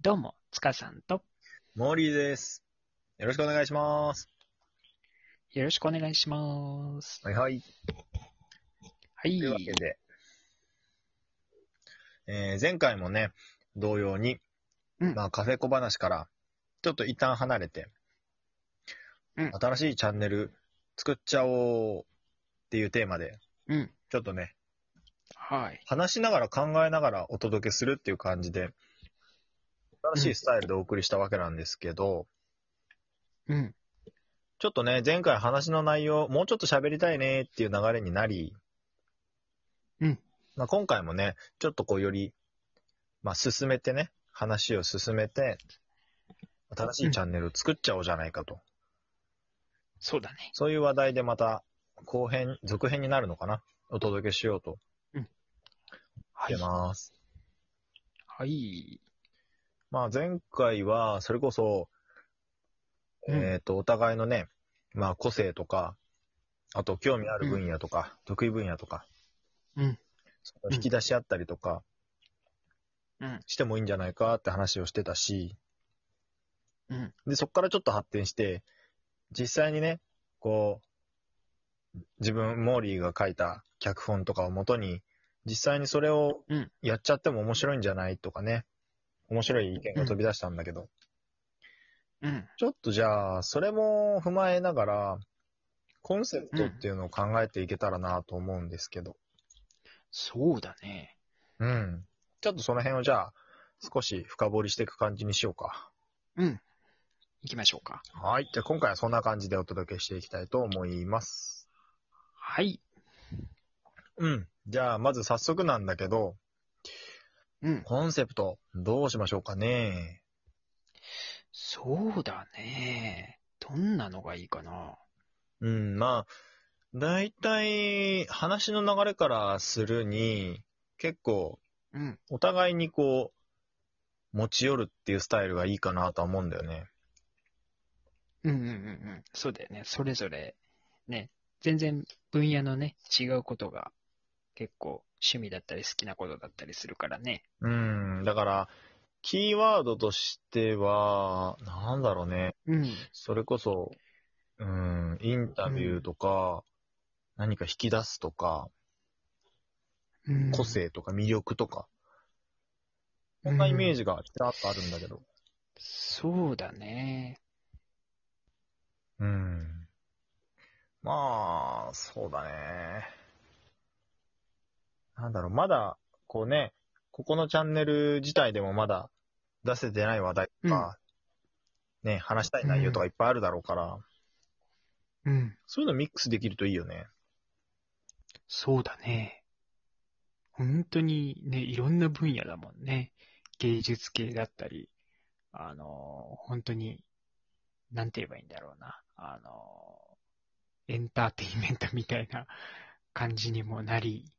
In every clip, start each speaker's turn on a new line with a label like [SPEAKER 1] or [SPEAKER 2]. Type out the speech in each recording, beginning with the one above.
[SPEAKER 1] どうも、つかさんと、
[SPEAKER 2] モーリーです。よろしくお願いします。
[SPEAKER 1] よろしくお願いします。
[SPEAKER 2] はいはい。
[SPEAKER 1] は
[SPEAKER 2] と
[SPEAKER 1] い。
[SPEAKER 2] いうわけで、えー前回もね、同様に、
[SPEAKER 1] うん
[SPEAKER 2] まあカフェ小話から、ちょっと一旦離れて、
[SPEAKER 1] うん
[SPEAKER 2] 新しいチャンネル作っちゃおうっていうテーマで、
[SPEAKER 1] うん。
[SPEAKER 2] ちょっとね、
[SPEAKER 1] はい。
[SPEAKER 2] 話しながら考えながらお届けするっていう感じで、新しいスタイルでお送りしたわけなんですけど、
[SPEAKER 1] うん。
[SPEAKER 2] ちょっとね、前回話の内容、もうちょっと喋りたいねっていう流れになり、
[SPEAKER 1] うん。
[SPEAKER 2] まあ、今回もね、ちょっとこうより、まあ、進めてね、話を進めて、新しいチャンネルを作っちゃおうじゃないかと。
[SPEAKER 1] そうだね。
[SPEAKER 2] そういう話題でまた、後編、続編になるのかなお届けしようと
[SPEAKER 1] は
[SPEAKER 2] 思
[SPEAKER 1] い
[SPEAKER 2] って。ます。
[SPEAKER 1] はい。
[SPEAKER 2] まあ、前回は、それこそ、
[SPEAKER 1] うん
[SPEAKER 2] えっ、と、お互いのね、まあ、個性とか、あと、興味ある分野とか、得意分野とか、
[SPEAKER 1] うん。
[SPEAKER 2] その引き出し合ったりとか
[SPEAKER 1] うん。
[SPEAKER 2] してもいいんじゃないかって話をしてたし、
[SPEAKER 1] うん。
[SPEAKER 2] で、そこからちょっと発展して、実際にね、こう、自分、モーリーが書いた脚本とかをもとに、実際にそれを
[SPEAKER 1] うん
[SPEAKER 2] やっちゃっても面白いんじゃないとかね、面白い意見が飛び出したんだけど、
[SPEAKER 1] うん。
[SPEAKER 2] ちょっとじゃあ、それも踏まえながら、コンセプトっていうのを考えていけたらなと思うんですけど、
[SPEAKER 1] そうだね。
[SPEAKER 2] うん。ちょっとその辺をじゃあ、少し深掘りしていく感じにしようか。
[SPEAKER 1] うん。行きましょうか。
[SPEAKER 2] はい。じゃあ今回はそんな感じでお届けしていきたいと思います。
[SPEAKER 1] はい。
[SPEAKER 2] うん。じゃあ、まず早速なんだけど、
[SPEAKER 1] うん。
[SPEAKER 2] コンセプト、どうしましょうかね。
[SPEAKER 1] そうだね。どんなのがいいかな。
[SPEAKER 2] うん、まあ、だいたい話の流れからするに、結構、
[SPEAKER 1] うん。
[SPEAKER 2] お互いにこう、持ち寄るっていうスタイルがいいかなとは思うんだよね。
[SPEAKER 1] うんうんうんうん。そうだよね。それぞれ、ね、全然分野のね、違うことが結構趣味だったり好きなことだったりするからね。
[SPEAKER 2] うん、だから、キーワードとしては、なんだろうね。
[SPEAKER 1] うん。
[SPEAKER 2] それこそ、うん、インタビューとか、何か引き出すとか、
[SPEAKER 1] うん
[SPEAKER 2] 個性とか魅力とか、こんなイメージがちらっとあるんだけど。
[SPEAKER 1] そうだね。
[SPEAKER 2] うん。まあ、そうだね。なんだろう、まだ、こうね、ここのチャンネル自体でもまだ出せてない話題とか、ね、話したい内容とかいっぱいあるだろうから、
[SPEAKER 1] うん。
[SPEAKER 2] そういうのミックスできるといいよね。
[SPEAKER 1] そうだね。本当にね、いろんな分野だもんね。芸術系だったり、あのー、本当に、なんて言えばいいんだろうな。あのー、エンターテインメントみたいな 感じにもなり、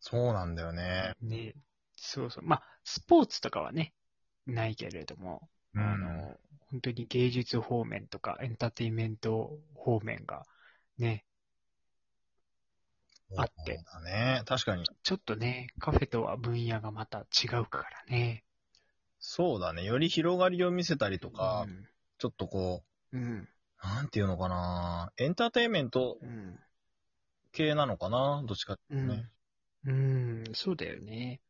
[SPEAKER 2] そうなんだよね。
[SPEAKER 1] ね、そうそう。まあ、スポーツとかはね、ないけれども、あの、本当に芸術方面とかエンターテインメント方面が、ね、あって
[SPEAKER 2] そうだね。確かに。
[SPEAKER 1] ちょっとね、カフェとは分野がまた違うからね。
[SPEAKER 2] そうだね。より広がりを見せたりとか、ちょっとこ
[SPEAKER 1] うん、うん、
[SPEAKER 2] う、なんていうのかな。エンターテインメント
[SPEAKER 1] うん、
[SPEAKER 2] 系なのかなどっちかっていうとね。
[SPEAKER 1] うん、そうだよね。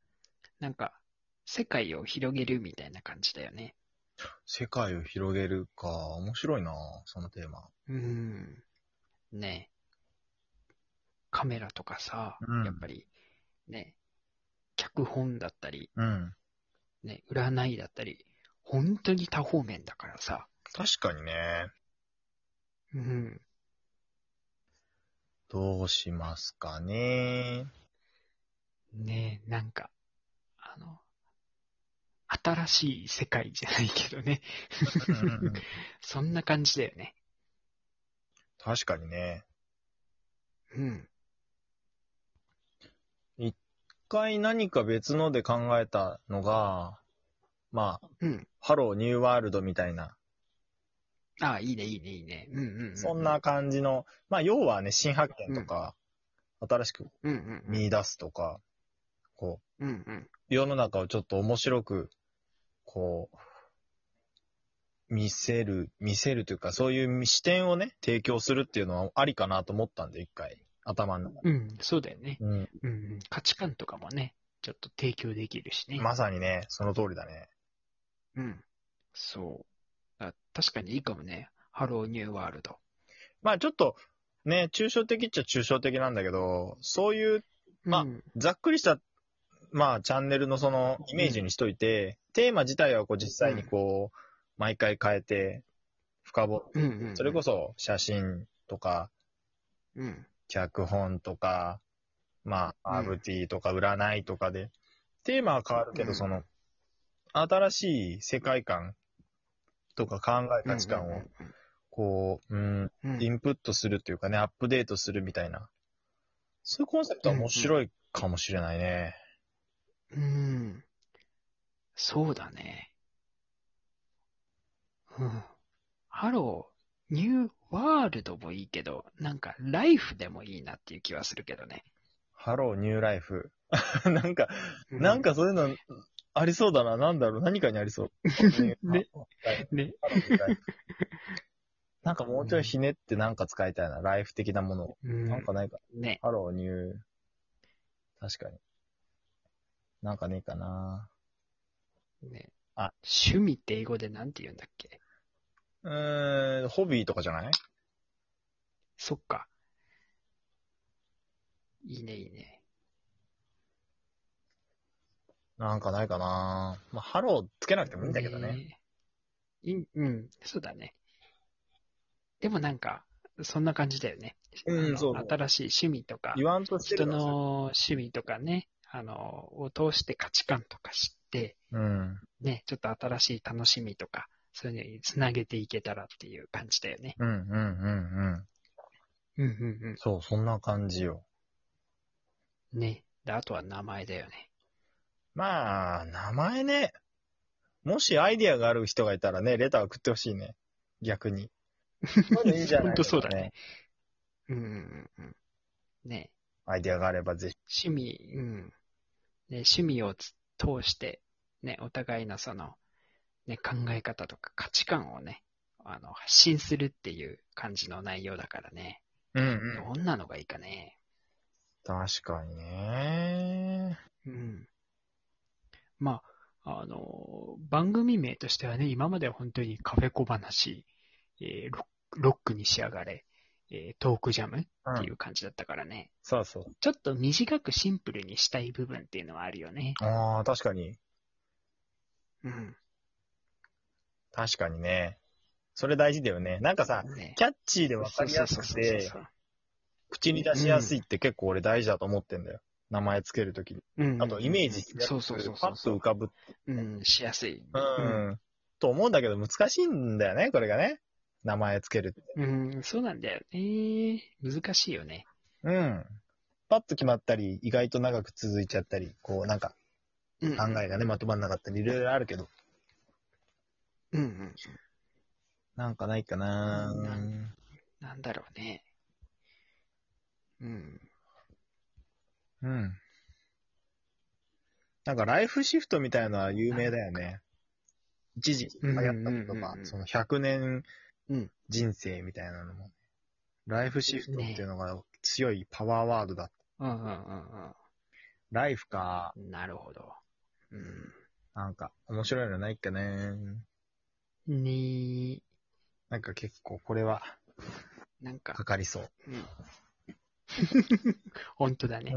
[SPEAKER 1] なんか、世界を広げるみたいな感じだよね。
[SPEAKER 2] 世界を広げるか。面白いな。そのテーマ。
[SPEAKER 1] うん。ねカメラとかさ、
[SPEAKER 2] うん
[SPEAKER 1] やっぱり、ね、脚本だったり、
[SPEAKER 2] うん。
[SPEAKER 1] ね、占いだったり、本当に多方面だからさ。
[SPEAKER 2] 確かにね。
[SPEAKER 1] うん。
[SPEAKER 2] どうします かね。
[SPEAKER 1] ねえ、なんか、あの、新しい世界じゃないけどね。
[SPEAKER 2] うん
[SPEAKER 1] そんな感じだよね。
[SPEAKER 2] 確かにね。
[SPEAKER 1] うん。
[SPEAKER 2] 一回何か別ので考えたのが、まあ、
[SPEAKER 1] うん。
[SPEAKER 2] ハローニューワールドみたいな、
[SPEAKER 1] ああ、いいね、いいね、いいね。うんうん、うん。
[SPEAKER 2] そんな、感じの、まあ、要はね、新発見とか、新しく
[SPEAKER 1] うんうん。
[SPEAKER 2] 見出すとか、こ
[SPEAKER 1] うんうん。
[SPEAKER 2] う、世の中をちょっと面白くこう、見せる、見せるというか、そういう視点をね、提供するっていうのはありかなと思ったんで、一回、頭の中で。
[SPEAKER 1] うん、そうだよね。
[SPEAKER 2] うん。
[SPEAKER 1] うんうん、価値観とかもね、ちょっと提供できるしね。
[SPEAKER 2] まさにね、その通りだね。
[SPEAKER 1] うん。そう。あ確かにいいかもね。ハローニューワールド。
[SPEAKER 2] まあちょっと、ね、抽象的っちゃ抽象的なんだけど、そういうまあ
[SPEAKER 1] うん、
[SPEAKER 2] ざっくりした、まあ、チャンネルのそのイメージにしといて、テーマ自体はこう実際にこう、毎回変えて、深掘
[SPEAKER 1] うんうんうん、
[SPEAKER 2] それこ
[SPEAKER 1] そ、
[SPEAKER 2] そ写真とか、
[SPEAKER 1] うん。
[SPEAKER 2] 脚本とか、まあ、
[SPEAKER 1] うん
[SPEAKER 2] RT とか占いとかで、テーマは変わるけ
[SPEAKER 1] う
[SPEAKER 2] ど、
[SPEAKER 1] ん
[SPEAKER 2] その、新しい世界観とか考え価値観を、こう、うん、
[SPEAKER 1] うんうんうん、
[SPEAKER 2] インプットするというかね、アップデートするみたいな、そういうコンセプトは面白いかもしれないね。
[SPEAKER 1] うん。そうだね。うん。ハロー、ニューワールドもいいけど、なんかライフでもいいなっていう気はするけどね。
[SPEAKER 2] ハロー、ニューライフ。 なんか、
[SPEAKER 1] う
[SPEAKER 2] なん、かそういうの、ありそうだな。なんだろう。何かにありそう。
[SPEAKER 1] ねね。
[SPEAKER 2] ハローニューライフ なんかもうちょいひねってなんか使いたいな。ライフ的なものを。
[SPEAKER 1] うん
[SPEAKER 2] なんかないか。
[SPEAKER 1] ね。
[SPEAKER 2] ハロー、ニュー。確かに。なんかねえかな。
[SPEAKER 1] ね。
[SPEAKER 2] あ、
[SPEAKER 1] 趣味って英語でなんて言うんだっけ
[SPEAKER 2] うーん、ホビーとかじゃない
[SPEAKER 1] そっか。いいね、いいね。
[SPEAKER 2] なんかないかな。まあ、ハローつけなくてもいいんだけどね。
[SPEAKER 1] ねえ。いうん、そうだね。でもなんか、そんな感じだよね。
[SPEAKER 2] うん
[SPEAKER 1] あの
[SPEAKER 2] そうそう
[SPEAKER 1] 新しい趣味とか、
[SPEAKER 2] 言わんとして
[SPEAKER 1] 人
[SPEAKER 2] るからさ
[SPEAKER 1] の趣味とかね、あの、を通して価値観とか知って、
[SPEAKER 2] うん。
[SPEAKER 1] ね、ちょっと新しい楽しみとか、そういうのにつなげていけたらっていう感じだよね。
[SPEAKER 2] うん、うん、うん、うん。
[SPEAKER 1] うんうん
[SPEAKER 2] そう、そんな感じよ。
[SPEAKER 1] うん。ね。で、あとは名前だよね。
[SPEAKER 2] まあ、名前ね。もしアイディアがある人がいたらね、レター送ってほしいね。逆に。まだいいんじゃない
[SPEAKER 1] ほんとそうだね。うんうんうんうん。ね。
[SPEAKER 2] アイディアがあればぜひ。
[SPEAKER 1] 趣味、うん。ね、趣味をつ通して、ね、お互いのその、ね、考え方とか価値観をね、あの、発信するっていう感じの内容だからね。
[SPEAKER 2] うんう
[SPEAKER 1] ど。んなのがいいかね。
[SPEAKER 2] 確かにね。。
[SPEAKER 1] うん。まあ、あの、番組名としてはね、今までは本当にカフェ小話、えーロックロックに仕上がれ、えートークジャムっていうう感じだったからね、
[SPEAKER 2] そうそ
[SPEAKER 1] ちょっと短くシンプルにしたい部分っていうのはあるよね。
[SPEAKER 2] う。ああ、確かに。
[SPEAKER 1] うん。
[SPEAKER 2] 確かにね。それ大事だよね。なんかさ、
[SPEAKER 1] ね
[SPEAKER 2] キャッチーでわかりやすくて、口に出しやすいって結構俺大事だと思ってんだよ。名前つけるときに。あと、イメージしやす
[SPEAKER 1] そ
[SPEAKER 2] く
[SPEAKER 1] うそうそう
[SPEAKER 2] パ
[SPEAKER 1] そう
[SPEAKER 2] ッと浮かぶ。
[SPEAKER 1] うん、しやすい。
[SPEAKER 2] うん。と思うんだけど、難しいんだよね、これがね。名前つけるって。
[SPEAKER 1] うん、うんそうなんだよね。難しいよね。
[SPEAKER 2] うん。パッと決まったり、意外と長く続いちゃったり、こうなんか
[SPEAKER 1] うん
[SPEAKER 2] 考えがね、まとまんなかったり、いろいろあるけど。
[SPEAKER 1] うんうん。
[SPEAKER 2] なんかないかな
[SPEAKER 1] うんなんだろうね。うん。
[SPEAKER 2] うん。なんかライフシフトみたいのは有名だよね。一時流行ったこと
[SPEAKER 1] うんうんうん
[SPEAKER 2] か
[SPEAKER 1] う、ん
[SPEAKER 2] その100年
[SPEAKER 1] うん
[SPEAKER 2] 人生みたいなのも。ライフシフトっていうのが強いパワーワードだ。
[SPEAKER 1] うんうんうん
[SPEAKER 2] ライフか、
[SPEAKER 1] うん。なるほど。う
[SPEAKER 2] なんか面白いのないかね。
[SPEAKER 1] ん。に、
[SPEAKER 2] なんか結構これは
[SPEAKER 1] なん
[SPEAKER 2] か
[SPEAKER 1] か、
[SPEAKER 2] かりそう。
[SPEAKER 1] うん。本当だね。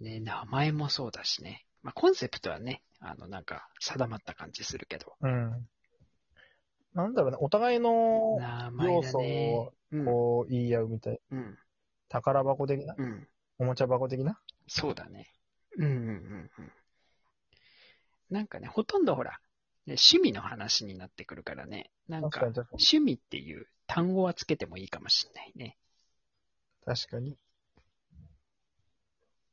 [SPEAKER 1] ね、名前もそうだしね。まあ、コンセプトはね、あの、なんか、定まった感じするけど。
[SPEAKER 2] うん。なんだろうね、お互いの
[SPEAKER 1] 名前
[SPEAKER 2] 要
[SPEAKER 1] だ
[SPEAKER 2] 素
[SPEAKER 1] ねう
[SPEAKER 2] を。
[SPEAKER 1] ん
[SPEAKER 2] こう言い合うみたい。
[SPEAKER 1] うん。
[SPEAKER 2] 宝箱的な
[SPEAKER 1] うん。
[SPEAKER 2] おもちゃ箱的な
[SPEAKER 1] そうだね。うんうんうんうん。なんかね、ほとんどほら、ね、趣味の話になってくるからね、なん
[SPEAKER 2] 確
[SPEAKER 1] か
[SPEAKER 2] かに確かに。
[SPEAKER 1] 趣味っていう単語はつけてもいいかもしれないね。
[SPEAKER 2] 確かに。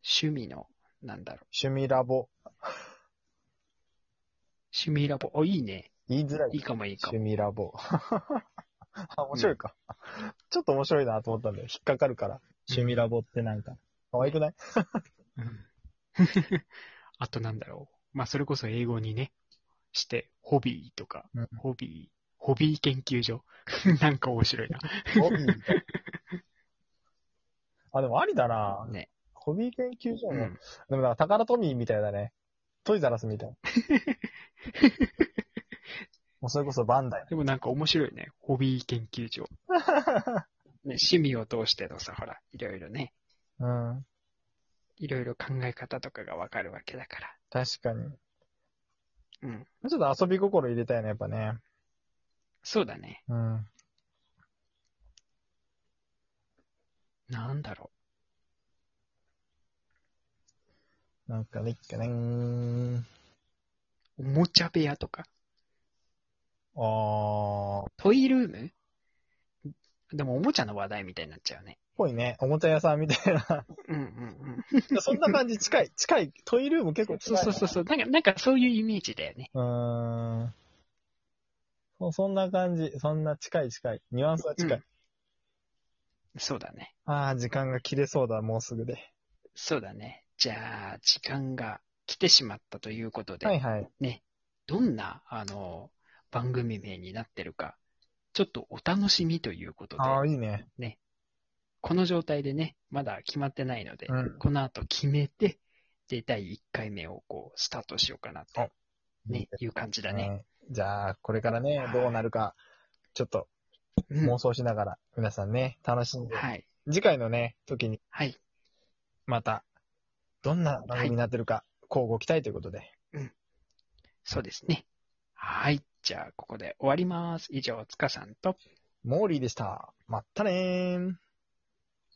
[SPEAKER 1] 趣味の、なんだろう、
[SPEAKER 2] 趣味ラボ。
[SPEAKER 1] 趣味ラボ、お、いいね。
[SPEAKER 2] 言いづらい。
[SPEAKER 1] いいかもいいか
[SPEAKER 2] 趣
[SPEAKER 1] も。
[SPEAKER 2] 味 ラボ。あ、面白いか。ちょっと面白いなと思ったんだよ。引っかかるから。趣味ラボってなんか、可愛く ない
[SPEAKER 1] うん。 あとなんだろう。まあ、それこそ英語にね、して、ホビーとか、
[SPEAKER 2] うん
[SPEAKER 1] ホビー、ホビー研究 所。なんか面白いな。
[SPEAKER 2] ホビーみたいあ、でもありだな。
[SPEAKER 1] ね。
[SPEAKER 2] ホビー研究所
[SPEAKER 1] う
[SPEAKER 2] も。
[SPEAKER 1] ん。
[SPEAKER 2] でもなんか、タカラトミーみたいだね。トイザラス みたい。もうそれこそバンダイ。
[SPEAKER 1] でもなんか面白いね。ホビー研究 所。ね、趣味を通してのさ、ほら、いろいろね、
[SPEAKER 2] うん。
[SPEAKER 1] いろいろ考え方とかがわかるわけだか
[SPEAKER 2] 確かに。
[SPEAKER 1] ら。うん。
[SPEAKER 2] ちょっと遊び心入れたいね、やっぱね。
[SPEAKER 1] そうだね。
[SPEAKER 2] うん。
[SPEAKER 1] なんだろ
[SPEAKER 2] なんかね、かねん。
[SPEAKER 1] う。おもちゃ部屋とか。
[SPEAKER 2] あー。
[SPEAKER 1] トイルームでもおもちゃの話題みたいになっちゃうね。
[SPEAKER 2] ぽいね。おもちゃ屋さんみたいな。
[SPEAKER 1] うんうんうん。
[SPEAKER 2] そんな感じ近い。近い。トイルーム結構
[SPEAKER 1] そ
[SPEAKER 2] 近
[SPEAKER 1] う
[SPEAKER 2] い。
[SPEAKER 1] そうそうそう。なんか、なんかそういうイメージだよね。
[SPEAKER 2] うーん。そそんな感じ。そんな近い近い。ニュアンスは近い。
[SPEAKER 1] うんそうだね。
[SPEAKER 2] ああ、時間が切れそうだ、もうすぐで。
[SPEAKER 1] そうだね。じゃあ、時間が来てしまったということで、
[SPEAKER 2] はいはい。
[SPEAKER 1] どんな、あの、番組名になってるか、ちょっとお楽しみということで、
[SPEAKER 2] ああ、いいね。
[SPEAKER 1] この状態でね、まだ決まってないので、
[SPEAKER 2] うん。
[SPEAKER 1] この後決めて、で、第1回目をこう、スタートしようかなと、ね、いう感じだね。
[SPEAKER 2] うん。じゃあ、これからね、どうなるか、ちょっと
[SPEAKER 1] うん
[SPEAKER 2] 妄想しながら、皆さんね、楽しんで、
[SPEAKER 1] はい。
[SPEAKER 2] 次回のね、時に
[SPEAKER 1] はい。
[SPEAKER 2] また、どんな番組になってるか、交互期待ということで。
[SPEAKER 1] そうですね。はい。じゃあ、ここで終わります。以上、つかさんと、
[SPEAKER 2] モーリーでした。まったねー。